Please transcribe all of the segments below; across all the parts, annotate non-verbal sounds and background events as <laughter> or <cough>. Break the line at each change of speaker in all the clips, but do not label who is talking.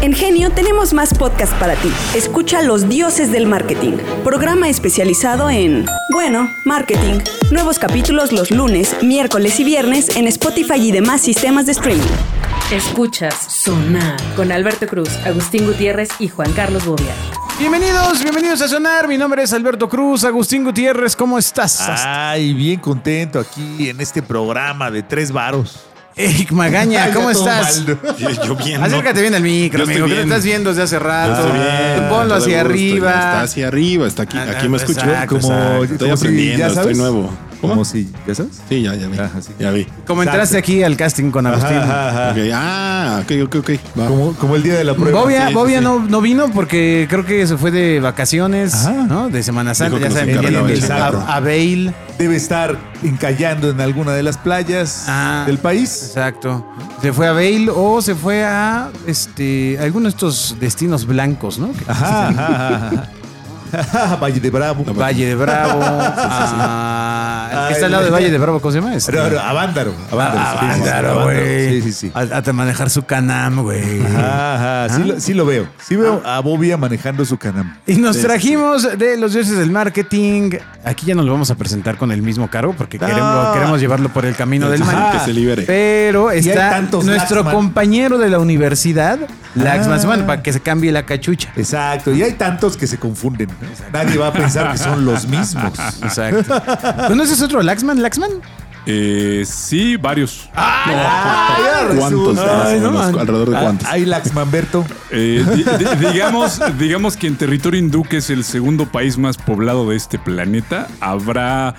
En Genio tenemos más podcasts para ti. Escucha Los Dioses del Marketing, programa especializado en, bueno, marketing. Nuevos capítulos los lunes, miércoles y viernes en Spotify y demás sistemas de streaming.
Escuchas Sonar con Alberto Cruz, Agustín Gutiérrez y Juan Carlos Bobia.
Bienvenidos, bienvenidos a Sonar. Mi nombre es Alberto Cruz, Agustín Gutiérrez, ¿cómo estás?
Ah.
Ay, bien contento aquí en este programa de tres varos.
Eric Magaña, ¿cómo
Ya todo
estás?
mal. Yo, yo bien.
Acércate bien al micro,
Yo estoy
amigo, que lo
bien.
estás viendo desde hace rato.
Ah, Estoy bien,
Ponlo
todo
hacia
gusto, ya Está
arriba.
hacia arriba, está aquí,
Ah,
aquí me escucho.
exacto,
como
exacto.
estoy
Como si
aprendiendo,
ya
estoy
sabes.
nuevo. ¿Cómo?
¿Cómo si? ¿Ya sabes?
Sí, ya, ya vi.
Ajá, sí.
Ya vi.
Como entraste aquí al casting con Agustín.
Ok, Ah, ok, ok, ok. va.
Como, como el día de la prueba.
Bobia,
Sí,
Bobia
sí,
No, no vino porque creo que se fue de vacaciones,
Ajá.
¿no? De Semana Santa,
que
ya
nos
saben,
encarga
vienen
la
del-
bachata.
a, a Bale.
sí. Debe estar encallando en alguna de las playas
Ah.
del país.
Exacto. Se fue a Bale o se fue a este alguno de estos destinos blancos, ¿no? Que-
Ajá, ajá, ajá, ajá. <laughs> Valle de Bravo.
Valle de <laughs> Bravo. a- el que está
Ay,
al lado de
ya.
Valle de Bravo, ¿cómo se llama? Este-
No, no, Avándaro.
Ah,
sí, sí, sí,
Avándaro,
Avándaro.
güey.
Sí, sí, sí. Ah.
A, a manejar su canam, güey.
Ajá, ajá, sí, lo, sí lo veo. Sí veo a Bobia manejando su canam.
Y nos trajimos de los dioses del marketing. Aquí ya nos lo vamos a presentar con el mismo cargo porque
No.
queremos, queremos llevarlo por el camino del
Entonces,
mal.
que se libere.
Pero
hay
está
tantos
nuestro
Laxman.
compañero de la universidad, Laxman,
Ah.
bueno, para que se cambie la cachucha.
Exacto. Y hay tantos que se confunden. Nadie va a pensar que son los mismos.
Ah. Exacto. ¿Conoces otro Laxman, Laxman?
Eh, sí, varios.
Ah, ya
¿Cuántos?
resulta.
Más o
Ay, no,
menos,
man.
¿Alrededor de
Ah,
cuántos?
Hay Laxmanberto.
Eh, di- di- digamos, digamos que en territorio hindú, que es el segundo país más poblado de este planeta, habrá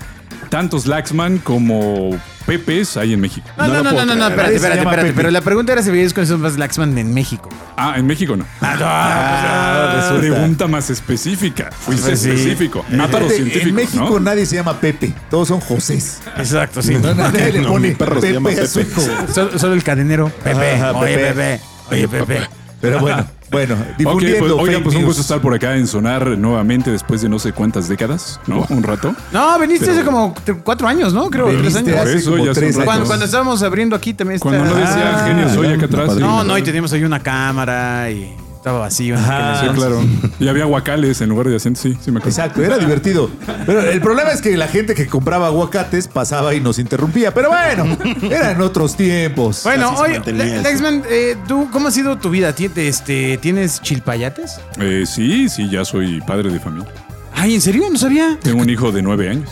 tantos Laxman como Pepes hay en México.
No, no, no, no, no, espérate,
Ese se
espérate,
llama
espérate.
Pepe.
Pero la pregunta era si veías con esos más Laxman en México.
Ah, en México no.
Ah,
Ah,
resulta.
pregunta más específica. Fuiste
Pues sí.
específico. Mata a los
Aparte,
científicos.
en México
¿no?
nadie se llama Pepe, todos son Josés.
Exacto, sí.
No, pues nadie le
No,
pone
mi perro se
Pepe,
llama
a su
Pepe.
hijo.
Solo, solo el cadenero. Pepe,
Ajá,
oye,
Pepe.
Pepe. Oye, Pepe.
Pero bueno, bueno,
Ok, pues,
difundiendo.
oigan,
fake
pues un
news.
gusto estar por acá en Sonar nuevamente después de no sé cuántas décadas, ¿no? Un rato.
No, viniste hace como t- cuatro años, ¿no? Creo, tres
Viniste
años.
hace
Eso
como
ya son
tres
ratos.
Cuando,
años.
cuando estábamos abriendo aquí también está...
Cuando no decía
Ah,
genio soy acá atrás.
No, no, y teníamos ahí una cámara y estaba vacío. en aquel
Sí,
entonces.
claro. <laughs> Y había guacales en lugar de asientos, sí, sí me acuerdo.
Ah, Exacto, era divertido. Pero el problema es que la gente que compraba aguacates pasaba y nos interrumpía. Pero bueno, eran otros tiempos.
Bueno,
Así se
oye,
mantenía
Le-
eso.
Lexman, eh, ¿tú cómo ha sido tu vida? ¿Tien- este, ¿Tienes chilpayates?
Eh, sí, sí, ya soy padre de familia.
Ay, ¿en serio? No sabía.
Tengo un hijo de nueve años.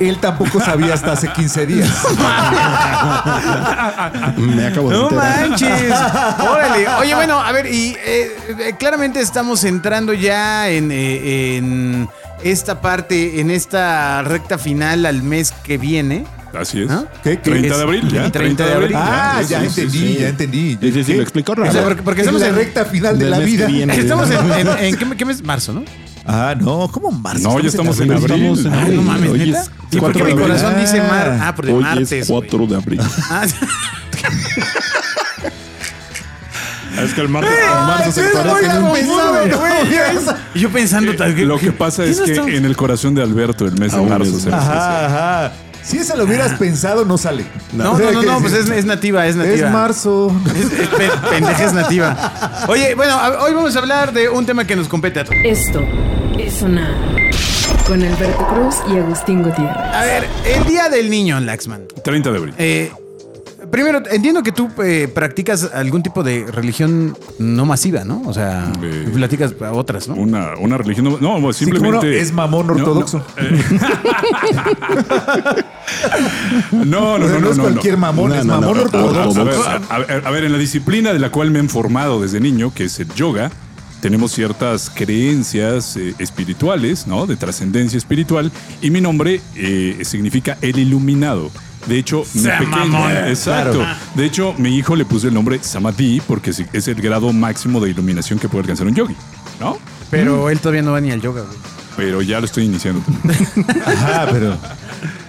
Él tampoco sabía hasta hace 15 días.
Ah, Me acabo de
No
enterar.
<laughs>
manches. Órale. Oye, bueno, a ver, y eh, eh, claramente estamos entrando ya en, eh, en esta parte, en esta recta final al mes que viene.
Así es.
¿Ah?
¿Qué? ¿Qué?
30 de abril, ya.
30 de abril.
Ah,
sí,
ya
sí,
entendí,
sí, sí.
ya entendí.
Sí, sí, sí,
¿Qué?
me explicó raro.
O sea, porque, porque
Es
estamos
la
en
recta final de
del
la
mes que
vida.
viene.
Estamos en, en-
<laughs>
en- ¿qué, qué mes? Marzo, ¿no?
Ah, no, ¿cómo marzo?
No, ya estamos en abril.
Estamos en
Ay,
no mames,
Hoy
¿neta?
es
¿Y por qué mi
4 de abril.
corazón dice mar?
Ah,
Ah, por el
Hoy
martes.
es
güey.
4 de abril.
<laughs> Ah,
Es que el martes.
Ah,
Marzo se parece en un
muy avanzado, güey. Y yo pensando tal
Eh, Lo que pasa
¿qué
es
no
que
estamos?
en el corazón de Alberto el mes de
Aún
marzo
es
se
marzo.
Ah, Ajá, ajá. Si esa lo hubieras pensado, no sale.
No,
O sea,
no, no,
¿qué
no,
decir?
pues es, es nativa, es nativa.
Es marzo.
Es- es pe- pendeja es
<laughs>
nativa. Oye, bueno, a- hoy vamos a hablar de un tema que nos compete a todos.
Esto es Sonar con Alberto Cruz y Agustín Gutiérrez.
A ver, el Día del Niño, Laxman.
30 de abril.
Eh, primero, entiendo que tú eh, practicas algún tipo de religión no masiva, ¿no? O sea,
Eh.
platicas a otras, ¿no?
Una, una religión. No, No, pues,
Sí, como
simplemente.
no, es mamón
No, eh. no,
ortodoxo.
<laughs> No, no, no,
Pero
no.
no es cualquier mamón,
No,
es
no, no,
mamón
no,
ortodoxo.
A ver, a- a ver, a ver, en la disciplina de la cual me he informado desde niño, que es el yoga, tenemos ciertas creencias eh, espirituales, ¿no? De trascendencia espiritual. Y mi nombre eh, significa el iluminado. De hecho, mi pequeño- exacto. De hecho, mi hijo le puso el nombre Samadhi porque es- es el grado máximo de iluminación que puede alcanzar un yogi, ¿no?
Pero él todavía no va ni al yoga, güey.
Pero ya lo estoy iniciando.
Ajá, pero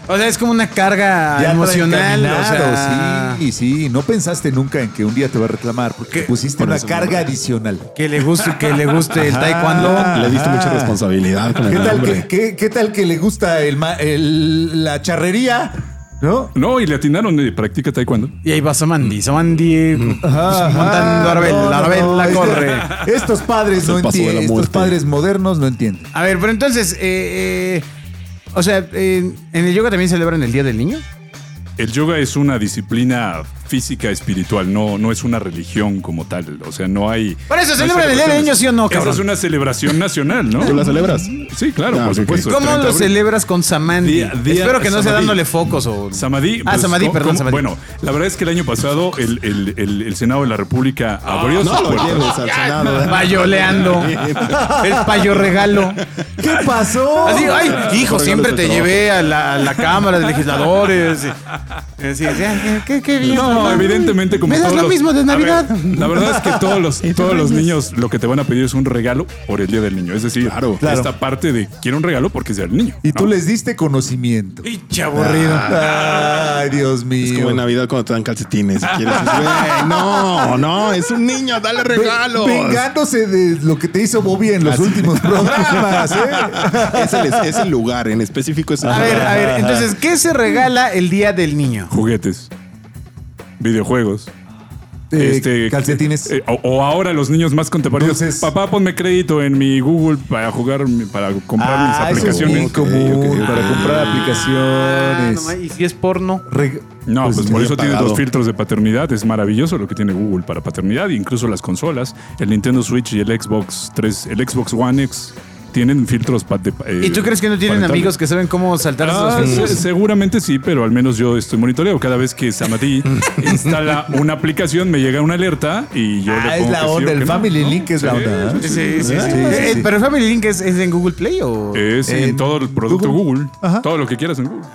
O sea, es como una carga
ya
emocional. O
emocional.
sea,
Sí, sí. No pensaste nunca en que un día te va a reclamar porque
¿Qué?
te pusiste
Por
una
eso,
carga
¿no?
adicional.
que le guste, que le guste el taekwondo.
Le diste
Este, Ajá.
mucha responsabilidad con
¿Qué
el
tal que,
nombre.
qué- qué tal que le gusta el ma- el- la charrería? ¿No?
No, y le atinaron, eh, practica taekwondo.
Y ahí va Samandi. Samandi
Ajá,
montando a Arbel.
no, no,
Arbel
no,
la
este-
<laughs>
corre.
Estos padres
Se
no
pasó de la
entienden. Estos
muerte.
padres modernos no entienden.
A ver, pero entonces, eh, eh, o sea, eh, ¿en el yoga también celebran el Día del Niño?
El yoga es una disciplina física espiritual, no, no es una religión como tal. O sea, no hay.
Por eso,
no hay
celebran el Día del
celebraciones.
Niño, ¿sí o no,
Esa
cabrón?
es una celebración nacional, ¿no?
¿Tú la celebras?
Sí, claro,
Ah,
por
ok,
supuesto. el
¿Cómo
30 de
lo
abril.
celebras con Samandi?
Día- día
Espero que no sea
Samadhi.
dándole focos o...
Samadhi.
Ah,
pues,
Samadhi,
¿cómo-
perdón,
cómo?
Samadhi.
Bueno, la verdad es que el año pasado el, el- el- el Senado de la República abrió sus
Ah, No lo
puertas.
lleves al Senado. <laughs>
<laughs>
Payoleando. El payo regalo.
¿Qué pasó?
Así, ay, hijo,
Regalo
siempre
de
te
trabajo.
llevé a la, a la Cámara de Legisladores. Y- y así, ay, qué, qué bien.
No, evidentemente como
Me das
todos
lo
los-
mismo de
A ver,
Navidad.
la verdad es que
<laughs>
todos los todos los niños lo que te van a pedir es un regalo por el día del niño, es decir,
Claro.
esta parte de quiero un regalo porque sea el niño.
Y tú
¿no?
les diste conocimiento.
Pinche aburrido.
Ah,
Ay, Dios mío.
Es como en Navidad cuando te dan calcetines. Si <laughs> quieres, dices, "Güey, no, no, es un niño, dale
Ve-
regalos.
Vengándose de lo que te hizo Bobby en los
Así.
últimos programas, ¿eh?
<laughs> Es el, es el lugar, en específico es el
A
lugar.
ver, a ver, entonces, ¿qué se regala el Día del Niño?
Juguetes, videojuegos.
Eh,
este,
calcetines.
eh, o, o ahora los niños más contemporáneos.
Dulces.
Papá, ponme crédito en mi Google para jugar, mi- para comprar
Ah,
mis
eso es
aplicaciones.
muy común
Ok, ok,
para
ok.
comprar
Ah, no,
aplicaciones.
ma- ¿Y si es porno?
Reg-
No, pues, por
bien
eso tiene
pagado.
dos filtros de paternidad. Es maravilloso lo que tiene Google para paternidad. Incluso las consolas, el Nintendo Switch y el Xbox 3, el Xbox One X, tienen filtros pa- de- eh,
¿Y tú crees que no tienen
parentales.
amigos que saben cómo saltarse
Ah,
los
se-
niños?
seguramente sí, pero al menos yo estoy monitoreado. Cada vez que
<laughs>
Samadhi instala una aplicación, me llega una alerta y yo le
Ah,
pongo
es la
que sí o
onda.
que
El
no,
Family
¿no?
Link es la
Sí,
onda. ¿eh?
Sí, sí, sí.
Sí,
Eh,
sí.
¿Pero Family Link es, es en Google Play o...?
Eh,
Es en,
¿eh? En
todo el producto
Google.
Google.
Ajá.
Todo lo que quieras en Google.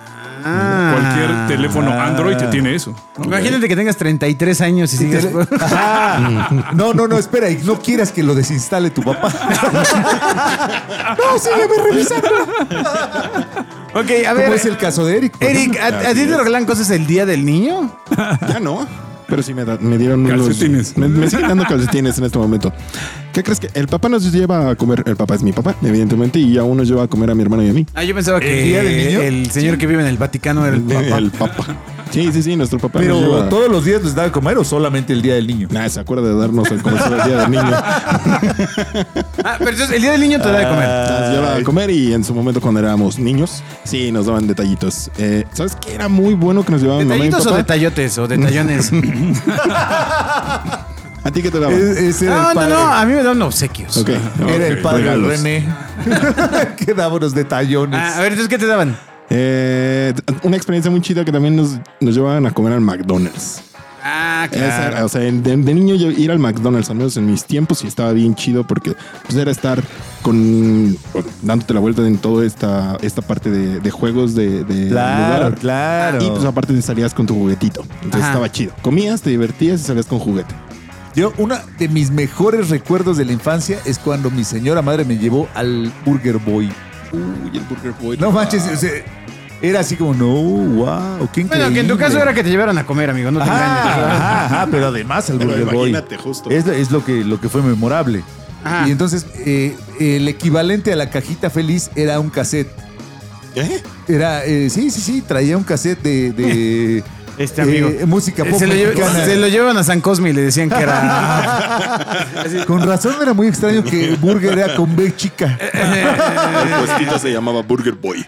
Ah.
Cualquier teléfono Android
Ah.
que tiene eso.
Imagínate que tengas 33 años y sigues...
Tele- Ajá. No, no, no, espera, y no quieras que lo desinstale tu papá. no, sígueme revisando.
ok, a ver...
Como es el caso de Eric. por
Eric, ¿a, a ti te regalan cosas el Día del Niño?
Ya no. Pero sí me, da- me dieron unos-
Calcetines.
me, me siguen dando calcetines en este momento. ¿Qué crees que el papá nos lleva a comer? El papá es mi papá, evidentemente, y aún nos lleva a comer a mi hermano y a mí.
Ah, yo pensaba que
¿El Día del Niño?
el señor que vive en el Vaticano era el papá.
El papá. Sí, sí, sí, nuestro papá
Pero
nos lleva.
todos los días les da de comer o solamente el día del niño.
Nah, se acuerda de darnos el comercio del día del niño.
Ah, pero entonces el Día del Niño te da de comer.
Nos lleva a comer y en su momento cuando éramos niños, sí, nos daban detallitos. Eh, ¿Sabes qué era muy bueno que nos llevaban mamá y
¿Detallitos o
papá?
detallotes o
<laughs>
detallones?
¿A ti qué te daban?
E- ese era
no, no,
el padre.
no, a mí me dan obsequios.
Ok,
Era el
ok,
padre del
regalos.
René. <laughs> que daba unos detallones.
Ah, a ver, entonces, ¿qué te daban?
Eh, una experiencia muy chida que también nos, nos llevaban a comer al McDonald's.
Ah,
Esa era, o sea, de, de niño yo ir al McDonald's, al menos en mis tiempos, sí estaba bien chido porque pues, era estar con dándote la vuelta en toda esta, esta parte de, de juegos de, de
claro,
lugar.
claro.
Y pues aparte te salías con tu juguetito. Entonces
Ajá.
estaba chido. Comías, te divertías y salías con juguete.
Yo, uno de mis mejores recuerdos de la infancia es cuando mi señora madre me llevó al Burger Boy.
Uy, el Burger Boy.
No manches, o sea, era así como, no, wow, qué increíble.
Bueno, que en tu caso era que te llevaran a comer, amigo,
Ah,
no te engañes.
Ajá, ajá, ajá, pero además el
Pero
Burger Boy.
imagínate, justo.
Es, lo- es lo, que, lo que fue memorable.
Ajá.
Y entonces, eh, el equivalente a la cajita feliz era un cassette.
¿Eh?
Era, eh, sí, sí, sí, traía un cassette de, de,
<laughs> Este amigo.
eh, música pop
Se lo, llev-
mexicana.
se lo llevan a San Cosme y le decían que
<laughs>
era.
Con razón era muy extraño que Burger era con B chica.
Eh,
El puestito se llamaba Burger Boy.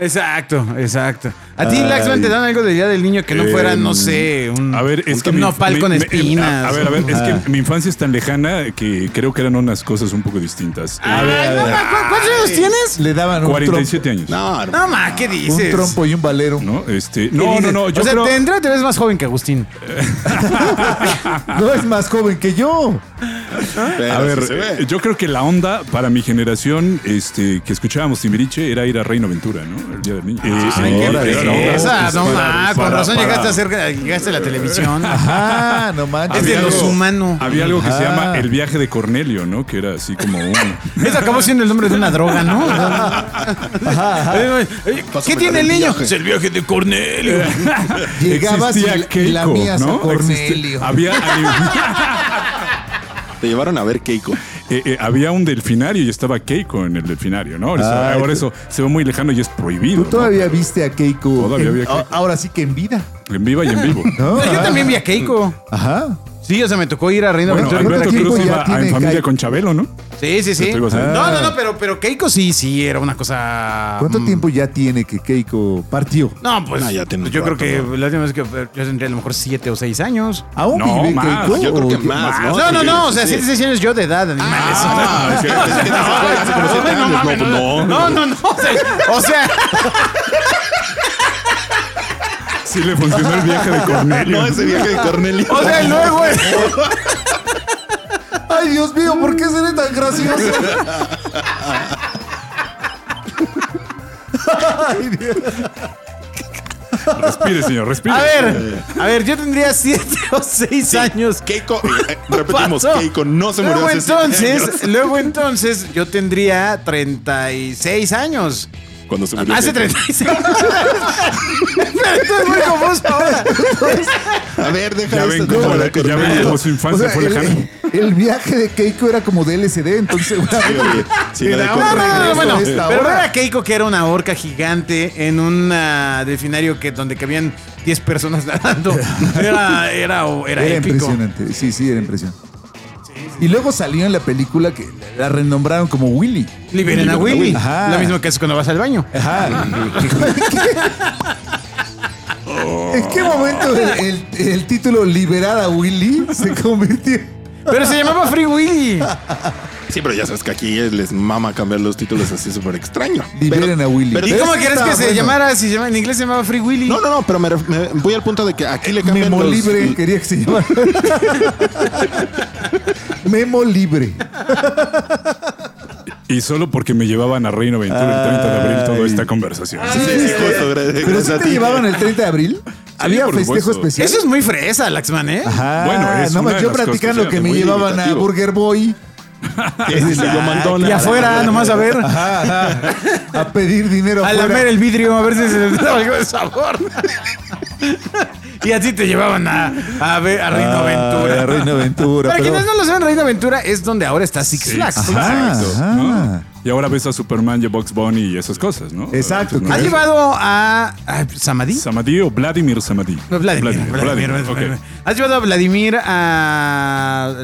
exacto, exacto. A ti, Laxman, te dan algo del día del niño que no fuera, no sé, un,
A ver, es
un
que. mi-
nopal
mi-
con
mi-
espinas. Ah.
A, a ver, a ver, eh. es que mi infancia es tan lejana que creo que eran unas cosas un poco distintas. Eh,
Ay, no, ma, ¿cu- eh, ¿Cuántos años tienes?
Le daban un, trompo,
47 años.
No,
No,
no.
Ah. No, ma, ¿qué
un
dices?
trompo y un valero.
Este,
¿Qué
no, no,
dices?
no. Yo
o sea,
creo- <laughs>
te entra, te ves más joven que Agustín.
No es más joven que yo.
pero
Ah.
A
sí
ver, eh,
se ve.
yo creo que la onda para mi generación, este, que escuchábamos Timbiriche, era ir a Reino Ventura, ¿no? El día del niño. Eh,
sí, qué
era la onda.
No,
Esa, pues, no, ma, con
para-
razón
para-
llegaste a ser, llegaste a la televisión.
Ajá, Ah, no manches.
Es de
Había
los
algo-
humanos.
Había algo que se
Ajá.
llama el viaje de Cornelio, ¿no? Que era así como un.
Eso acabó siendo el nombre de una droga, ¿no? Oye, oye, ¿Qué
Pásame
tiene
la
el
del
niño?
viaje.
el viaje de Cornelio.
<laughs> Llegabas y,
Existía
y la
Keiko,
mías a <laughs>
¿no?
Cornelio.
Existía- había,
Te llevaron a ver Keiko.
eh, eh, había un delfinario y estaba Keiko en el delfinario, ¿no? Ahora, eso-
Ah,
ahora
tú-
eso se ve muy lejano y es prohibido.
Tú
¿no?
todavía viste a Keiko.
Todavía
en-
vi a Keiko.
a- Ahora sí que en vida.
En viva y en vivo.
<laughs> ¿no?
No, yo
Ajá.
también vi a Keiko.
Ajá.
Sí, o sea, me tocó ir a Reino
Bueno,
Aventura.
Alberto
Alberto
Cruz
Keiko ya
iba a-
tiene
en familia
Kai-
con Chabelo, ¿no?
Sí, sí, sí.
Te digo, o sea, eh.
No, no, no, pero, pero Keiko sí, sí, era una cosa.
¿Cuánto
mm,
tiempo ya tiene que Keiko partió?
No, pues.
No, ya tiene un
yo creo
rato,
que
¿no?
la última vez que yo tendría a lo mejor siete o seis años.
¿Aún
No,
vive
más.
Keiko?
Yo
creo que
¿O qué-
más, ¿no?
Oh, No, no, no, o sea,
Sí.
siete, seis años yo de edad, animales.
Ah, es cierto.
como siete años, no, pues, no.
no, no, no, o sea, o sea,
Sí le funcionó el viaje de Cornelio.
No, ese viaje de Cornelio.
o sea, luego es-
Ay, Dios mío, ¿por qué seré tan gracioso? Ay, Dios.
Respire, señor, respire.
A ver, a ver, yo tendría siete o seis años.
Keiko, eh, repetimos,
Pasó.
Keiko no se murió
Luego
hace siete años.
entonces, luego entonces yo tendría 36 años.
Cuando se murió
Hace
Keiko.
36 años. <laughs> Pero estoy muy confuso ahora.
A ver, deja
Ya
esto,
ven
deja
cómo,
la
la- ya
Cornelio.
ven cómo su
O
infancia
sea,
fue lejana.
el, el viaje de Keiko era como de LCD, entonces seguramente
oye, sí,
le
la de
Ah,
da
No,
un
no, no, no,
regreso
bueno,
a esta
pero
hora.
era Keiko que era una orca gigante en un ah, delfinario que donde cabían 10 personas <laughs> nadando. Era, era, era,
Era
épico.
impresionante, sí, sí, era impresionante. Y luego salió en la película que la renombraron como Willy.
Liberen a Willy.
Ajá.
Lo mismo que haces cuando vas al baño.
Ajá. ¿En qué momento el, el- el título Liberar a Willy se convirtió?
Pero se llamaba Free
<laughs>
Willy.
Sí, pero ya sabes que aquí les mama cambiar los títulos así súper extraño.
Liberen a Willy.
pero-
¿Y
Ese
cómo quieres
está
que se
bueno.
llamara? Si se llama, en inglés se llamaba Free Willy.
No, no, no, pero me, ref- me- voy al punto de que aquí le cambian
Memo
los-
Libre quería que se llamara. Memo Libre.
Y solo porque me llevaban a Reino Aventura el 30 de abril toda esta conversación.
Sí, sí, sí, justo, gracias
Pero sí
a
te
ti.
llevaban el 30 de abril. Había
por
festejo
supuesto.
especial.
Eso es muy fresa, Laxman, ¿eh?
Ah,
Bueno, es
no,
una
más
de
yo
las
platicando
cosas que
que me
muy
llevaban a
limitativo.
Burger Boy.
Ese se lo mandó
Y
nada.
afuera, nomás a ver.
Ajá, ajá. A pedir dinero
A
afuera.
lamer el vidrio, a ver si se les daba algo de sabor. <laughs> y así te llevaban a, a, ver, a Reino Aventura.
Ah, Reino Aventura.
Para
pero-
quienes no lo saben, Reino Aventura es donde ahora está Six
Sí,
Flags.
sí,
Ajá,
exacto,
ajá.
¿no? Y ahora ves a Superman y a Box Bunny y esas cosas, ¿no?
Exacto,
Entonces,
¿Ha
Ajá.
llevado a, a Samadhi?
Samadhi o Vladimir Samadhi.
No, Vladimir. Vladimir,
Vladimir, ok.
Vladimir. ¿Has llevado a Vladimir a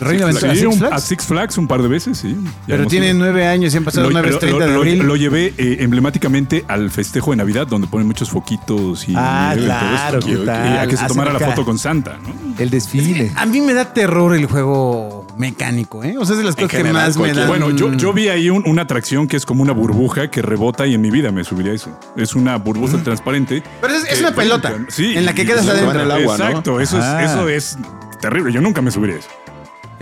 Reino
Sí,
Aventura? a Six
un-
Flags?
a Six Flags un par de veces, sí. Ya
Pero
hemos
tiene
ido.
nueve años y
Pues
han pasado
Lo-
nueve
lo-
es 30 de
lo-
abril.
Lo, lo llevé eh, emblemáticamente al festejo de Navidad, donde ponen muchos foquitos y.
Ah,
y todo
claro,
esto.
¿qué
Y- y a
tal?
que se
Hacen
tomara la
acá.
foto con Santa, ¿no?
El desfile.
a mí me da terror el juego mecánico, ¿eh? O sea, es de las
En
cosas que
general,
más me
cualquier-
dan.
Bueno, yo, yo vi ahí un- una atracción que es como una burbuja que rebota y en mi vida me subiría a eso. Es una burbuja
Mm.
transparente.
Pero es, es
que-
una pelota
Sí,
en la que
y-
quedas
se van
adentro.
al agua, ¿no?
Exacto, eso,
Ah.
es, eso es terrible. Yo nunca me subiría a eso.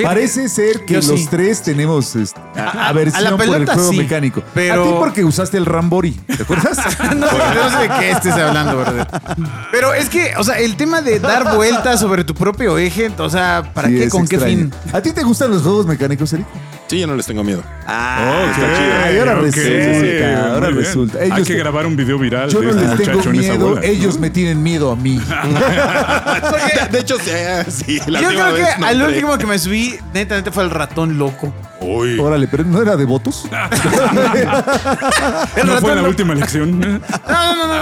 Parece ser que
Yo
los
sí.
tres tenemos este, a- aversión
a la
por el
pelota,
juego
sí,
mecánico.
pero-
A ti porque usaste el Rambori, ¿te acuerdas?
<laughs> No, no sé de qué estés hablando, ¿verdad? Pero es que, o sea, el tema de dar vueltas sobre tu propio eje, o sea, ¿para
Sí,
qué?
es
¿Con qué
extraño.
<laughs>
fin?
¿A ti te gustan los juegos mecánicos, Eric?
Sí, yo no les tengo miedo.
Ah,
Oh, Ok,
y ahora
ok,
resulta,
muy
ahora
bien.
resulta.
Hay
Ellos
que
te-
grabar un video viral
Yo
de
no
este
les tengo
muchacho en esa
miedo,
bola.
ellos me tienen miedo a
<laughs>
mí.
De, de hecho, sí, sí, la
Yo
última
creo que
vez no
al
entré.
último que me subí, neta, neta, fue el ratón loco.
<laughs>
Uy.
Órale, pero ¿no era de votos?
<laughs>
El
No fue
ratón
la
loco.
última <laughs> elección.
No, no, no, no,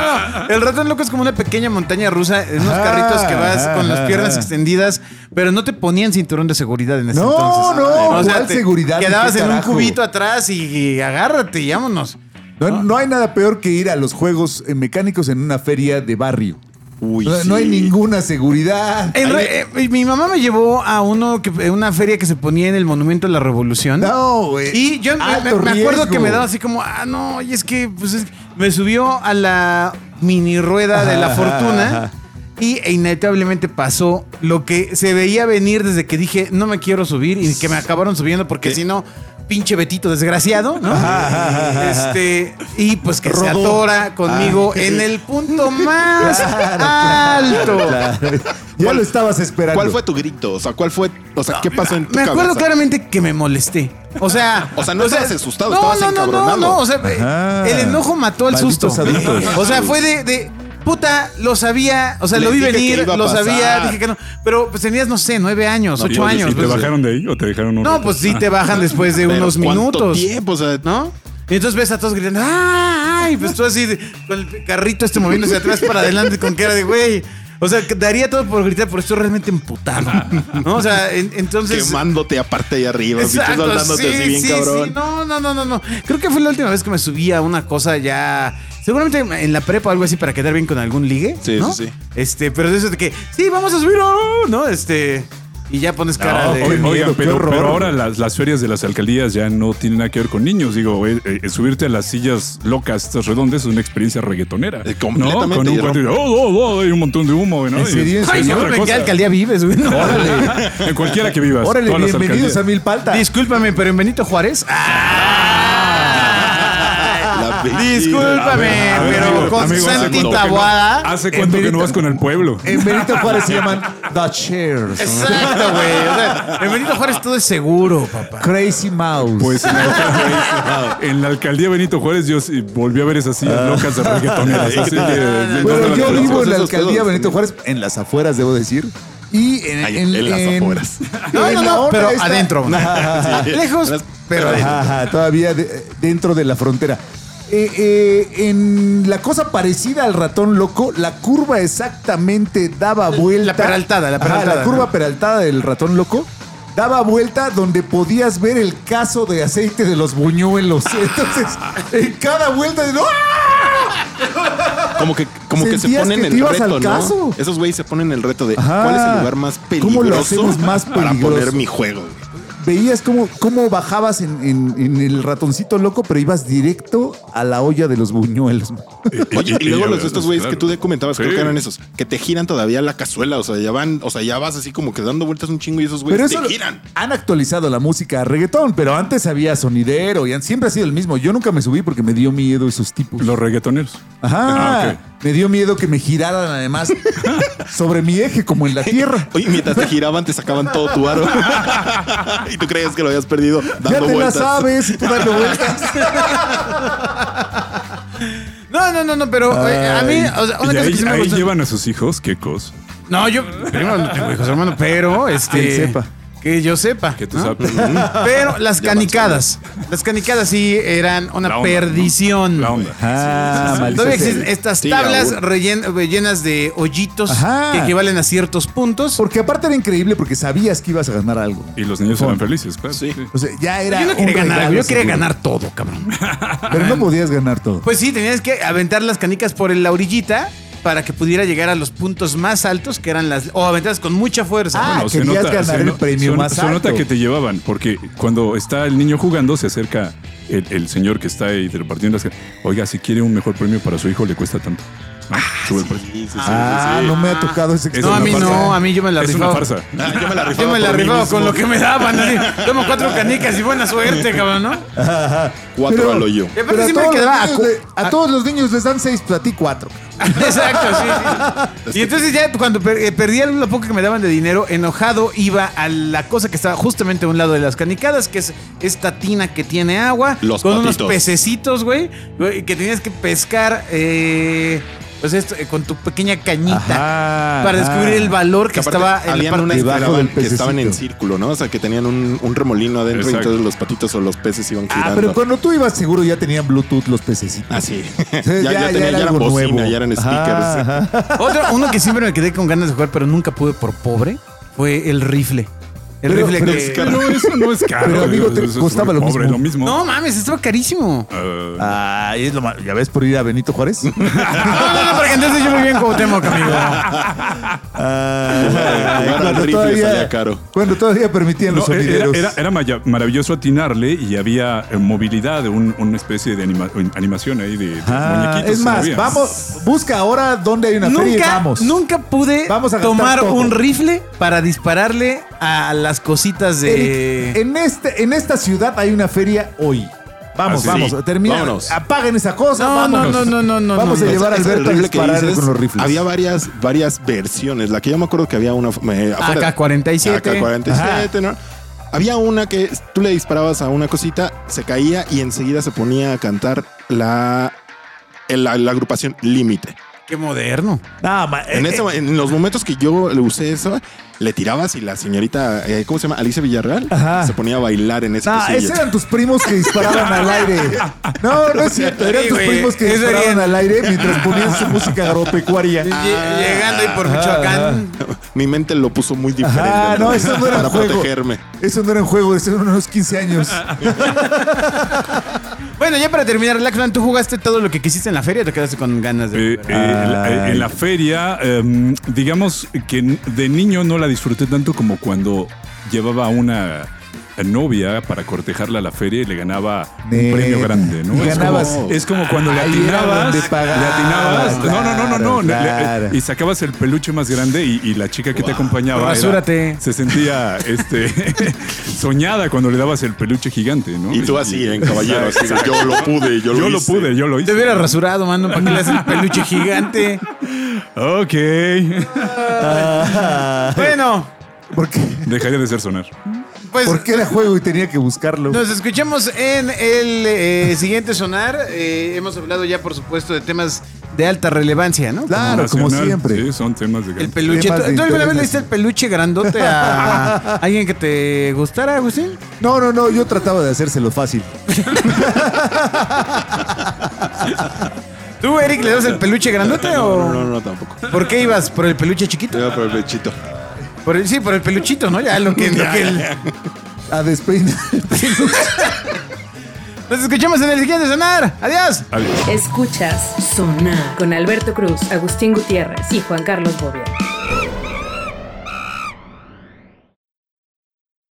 no. El ratón loco es como una pequeña montaña rusa, es unos
Ah,
carritos que vas con las piernas
ah,
extendidas, pero no te ponían cinturón de seguridad en ese
No,
entonces.
no, ¿cuál
te
seguridad?
Quedabas
¿Qué
en un
carajo?
cubito atrás y, y agárrate y vámonos.
No, no hay nada peor que ir a los juegos eh, mecánicos en una feria de barrio.
Uy,
no, no
sí.
hay ninguna
<laughs>
seguridad.
En re- eh, mi mamá me llevó a uno que, eh, una feria que se ponía en el Monumento a la Revolución.
No, güey.
Y yo me- me,
Alto
me acuerdo
riesgo.
que me daba así como, ah, no, y es que pues, es- me subió a la mini rueda de la
Ajá,
fortuna.
ajá.
Y e inevitablemente pasó lo que se veía venir desde que dije, no me quiero subir y que me acabaron subiendo porque si no, pinche Betito desgraciado, ¿no? Este, y pues que se
Rodó. Ah.
atora conmigo en el
<laughs>
punto más alto.
Ya lo estabas esperando.
¿Cuál fue tu grito? O sea, ¿cuál fue? O sea, ¿qué pasó en tu
Ah, Me acuerdo
cabeza?
claramente que me molesté. O sea,
<laughs> O sea, no estabas asustado, estabas
no, no, no,
encabronado.
no, o sea,
Ajá.
el enojo mató al
Malditos
susto.
adultos.
O sea, fue de, de puta, lo sabía, o sea,
Les
lo vi
dije que
venir,
iba a
lo sabía,
pasar.
dije que no. Pero pues tenías, no sé, nueve años,
¿Y-
ocho
y-
años.
¿Y te
pues.
bajaron de ahí o te dejaron un
No,
rato?
pues sí te bajan después de
Pero
unos
¿cuánto
minutos.
tiempo? O sea,
¿No? Y entonces ves a todos gritando, ¡ay! Pues tú así, de- con el carrito este moviéndose de atrás para adelante con cara de güey. O sea, que daría todo por gritar, pero estoy realmente emputado. ¿No? O sea, en- entonces.
quemándote aparte ahí arriba, pinche
Exacto,
soltándote
sí,
así bien
sí,
cabrón.
sí. No, no, no, no, no. Creo que fue la última vez que me subí a una cosa ya. Seguramente en la prepa o algo así para quedar bien con algún ligue.
Sí,
¿no?
sí, sí.
Este, pero de eso de que, sí, vamos a subir, oh", ¿no? Este. Y ya pones cara
Ah, No,
de.
oigan,
miedo, qué
pero,
horror.
pero ahora las, las ferias de las alcaldías ya no tienen nada que ver con niños. Digo, eh, eh, subirte a las sillas locas, estas redondas, es una experiencia reggaetonera.
Eh, completamente,
¿no? Con un
Hierro.
cuarto y, oh, oh, oh, hay un montón de humo. ¿no?
¿En serio?
Y-
¿En
Ay,
serio?
Discúlpame,
otra
¿en qué <laughs>
cosa.
alcaldía vives, güey? No.
En cualquiera que vivas.
Órale,
todas las
bienvenidos
alcaldías.
a Milpalta.
Discúlpame, pero en Benito Juárez.
La
¡Ah!
bendita.
Discúlpame,
A ver,
pero
amigo,
con
amigo, hace
Santi
cuánto que no-
Taboada.
¿Hace cuánto que no
Benito-
vas con el pueblo?
En Benito Juárez se llaman The Chairs.
Exacto, güey. O sea, en Benito Juárez todo es seguro, papá.
Crazy Mouse.
Pues en
<laughs>
la, <laughs> en la alcaldía Benito Juárez yo sí volví a ver esas sillas
Ah.
locas
<laughs>
de reggaetoneras. así que-
Bueno,
Entonces,
yo
los
vivo en la
esos
alcaldía
pedos,
Benito
sí.
Juárez, en las afueras, debo decir. Y en,
Ay, en
<laughs>
las afueras.
No, no,
en la
no,
onda
pero
esta-
adentro.
<laughs> Ajá, ajá.
<laughs> Lejos, pero adentro.
Ajá, ajá, todavía de- dentro de la frontera. Eh, eh, en la cosa parecida al ratón loco, la curva exactamente daba vuelta.
peraltada, la
Ajá,
peraltada.
la curva peraltada del ratón loco daba vuelta donde podías ver el caso de aceite de los buñuelos. <laughs> Entonces, en cada vuelta, ¡ah!
Como que, como que se
Sentías
ponen
que te
el
ibas
reto,
al
¿no?
caso.
Esos güeyes se ponen el reto de
Ajá.
cuál es el lugar más peligroso,
¿Cómo lo hacemos más
para
peligroso?
poner mi
<laughs>
juego. güey?
veías cómo, cómo bajabas en, en- en el ratoncito loco, pero ibas directo a la olla de los buñuelos.
Pues Oye, y luego los de estos güeyes que tú
de
de comentabas, creo que eran esos, que te giran todavía la cazuela, o sea, ya van, o sea, ya vas así como que dando vueltas un chingo y esos
Pero
güeyes
eso
te
lo-
giran.
han actualizado la música a reggaetón, pero antes había sonidero y han- siempre ha sido el mismo. Yo nunca me subí porque me dio miedo esos tipos.
Los reggaetoneros.
Ajá.
Ah,
Me dio miedo que me giraran
<laughs>
además sobre mi eje como en la tierra.
Oye, mientras te giraban, te sacaban todo tu aro. <laughs> y tú creías que lo habías perdido dando
ya te
vueltas.
la sabes y tú
<laughs>
dando vueltas.
No, no, no, no, pero eh, a mí, o sea, una
Y
cosa
ahí,
que sí me
ahí
gustó-
llevan a sus hijos, qué cosa.
No, yo primero no tengo hijos, hermano, pero este.
Que él sepa.
Que yo sepa.
Que tú
¿no?
sabes. Mm,
Pero las canicadas. Las canicadas sí eran una
La onda,
perdición.
La onda.
Ah, maldita
Todavía
sea.
existen estas
Sí,
tablas
aún.
rellen- llenas de hoyitos
Ajá.
que equivalen a ciertos puntos.
Porque aparte era increíble porque sabías que ibas a ganar algo.
Y los niños eran felices, claro.
Sí.
O sea, ya era.
yo no quería
un
ganar,
regalo
yo quería
seguro.
ganar todo, cabrón.
Pero no podías ganar todo.
Pues sí, tenías que aventar las canicas por la orillita para que pudiera llegar a los puntos más altos que eran las. O aventarlas con mucha fuerza.
Ah,
se
querías ganar
se
el
no-
premio
se-
más
se nota
alto.
que te llevaban, porque cuando está el niño jugando, se acerca el, el señor que está ahí repartiendo las... can- Oiga, si quiere un mejor premio para su hijo, le cuesta tanto. Ah, sube el precio.
Pues Sí, sí, sí,
Ah,
sí.
no me ha tocado ese
Es
no, a
una
mí
farsa.
no, a mí yo me la
Es una
rifaba.
farsa.
Ah, yo me la rifaba.
Yo me la
por mí
rifaba con
mismo.
lo que me daban. así, Tomo cuatro canicas y buena suerte, cabrón, ¿no?
Cuatro
Pero-
al hoyo.
Y aparte
Pero a,
siempre
todos
quedaba
los
acu-
niños le- a todos los niños les dan seis, pero a ti cuatro.
<laughs> Exacto, sí, sí. Y entonces ya cuando per- eh, perdía lo poco que me daban de dinero, enojado iba a la cosa que estaba justamente a un lado de las canicadas, que es esta tina que tiene agua,
Los
con unos
patitos.
pececitos, güey, güey, que tenías que pescar eh, pues esto, eh, con tu pequeña cañita
Ajá,
para
ajá.
descubrir el valor que,
Que aparte
estaba en la
<laughs>
habían
parte
unas que,
debajo
estaban,
del
que estaban en
pececito.
círculo, ¿no? O sea, que tenían un, un remolino adentro
Exacto.
y entonces los patitos o los peces iban girando.
Ah, pero cuando tú ibas seguro ya tenían Bluetooth los pececitos.
Así. <laughs> ya,
Sí,
ya, tenía- ya
era
eran
algo
bocina,
nuevo.
ya eran
Ajá,
speakers.
ajá.
Otro, uno que siempre me quedé con ganas de jugar, pero nunca pude por pobre, fue el rifle. El
Pero-
rifle
pero
que.
es
Pero <laughs> no, eso no es caro.
Pero, amigo,
digo,
te
eso es
costaba lo
pobre,
mismo.
lo mismo.
No mames, estaba carísimo.
Ah,
Ay, es lo malo. ¿Ya ves por ir a Benito Juárez?
No, no, no, porque entonces yo vivía en Cuauhtémoc, amigo.
Ay,
Jugar al rifle salía caro.
Cuando todavía permitían los
No, e-, era- era,
sonideros.
era- era maya- maravilloso atinarle y había eh, movilidad, un- una especie de anima- animación ahí de, de
Ah,
muñequitos.
es
se
más,
movían.
vamos, busca ahora dónde hay una feria y
Nunca,
vamos.
nunca pude
Vamos a gastar
tomar
todo.
un rifle para dispararle a las cositas de.
Eric, en, este, en esta ciudad hay una feria hoy. Vamos,
Así.
vamos,
Sí,
termina.
vámonos.
Apaguen esa cosa.
No,
vámonos.
no, no, no, no,
Vamos
no,
a
no.
llevar a
Ese-
Alberto a
el rifle que
dispararle
dices,
con los rifles.
Había varias, varias versiones. La que yo me acuerdo que había una. eh, afuera-
AK-47.
AK-47, ¿no? Había una que tú le disparabas a una cosita, se caía y enseguida se ponía a cantar la, el- la, la agrupación Límite.
Qué moderno.
No, ma-
En,
eh,
ese-
eh,
en los momentos que yo le usé eso, le tirabas y la señorita, eh, ¿cómo se llama? Alicia Villarreal,
Ajá.
se ponía a bailar en eh, ese
Ah,
pasillo.
esos eran tus primos que disparaban <laughs> al aire. No, no es cierto. Eran
Sí,
tus
güey,
primos que
eso
disparaban
harían.
al aire mientras ponían su música agropecuaria.
Ah,
Ah,
Lle- Llegando ahí por Michoacán.
Mi mente lo puso muy diferente
Ah, no, eso no era
para
un juego.
protegerme.
Eso no era un juego, eso eran unos 15 años.
Bueno, ya para terminar, Laxman, ¿tú jugaste todo lo que quisiste en la feria o te quedaste con ganas de
Eh,
jugar?
eh, en la- en la feria, em, digamos que n- de niño no la disfruté tanto como cuando llevaba a una eh, novia para cortejarla a la feria y le ganaba un
Neta.
premio grande, ¿no?
Y
Es como-
ganabas.
es, como, cuando le
Ahí era
atinabas,
donde
le atinabas,
pagabas,
no, no, no,
claro,
no, no, le- le-
claro.
y sacabas el peluche más grande y, y la chica que te acompañaba era-
Rasúrate.
se sentía
<laughs>
este soñada cuando le dabas el peluche gigante, ¿no?
Y tú así, en caballero, así de, yo lo pude, yo lo
yo lo
hice".
pude, yo lo
Te
hice.
hubiera rasurado, mano, para que le haces el peluche <laughs> gigante.
Ok.
Ah. Bueno,
¿Por qué?
Dejaría de ser sonar.
pues
Porque era juego y tenía que buscarlo.
Nos escuchamos en el eh, siguiente sonar. Eh, hemos hablado ya, por supuesto, de temas de alta relevancia, ¿no?
Claro, como
Nacional,
siempre.
Sí, son temas de
El
gran-
peluche.
Temas de
¿Tú, tú alguna
interés
vez le diste el
nacional.
peluche grandote a alguien que te gustara, Agustín?
No, no, no, yo trataba de hacérselo fácil.
¿Tú, Eric, le das el peluche grandote
No,
o.?
no, no, no, tampoco.
¿Por qué ibas? ¿Por el peluche chiquito?
Yo por el pechito.
Por el- sí, por el peluchito, ¿no? Ya lo que. lo que el-
A despeinar.
Nos escuchamos en el siguiente sonar. Adiós.
Adiós.
Escuchas Sonar con Alberto Cruz, Agustín Gutiérrez y Juan Carlos Bobia.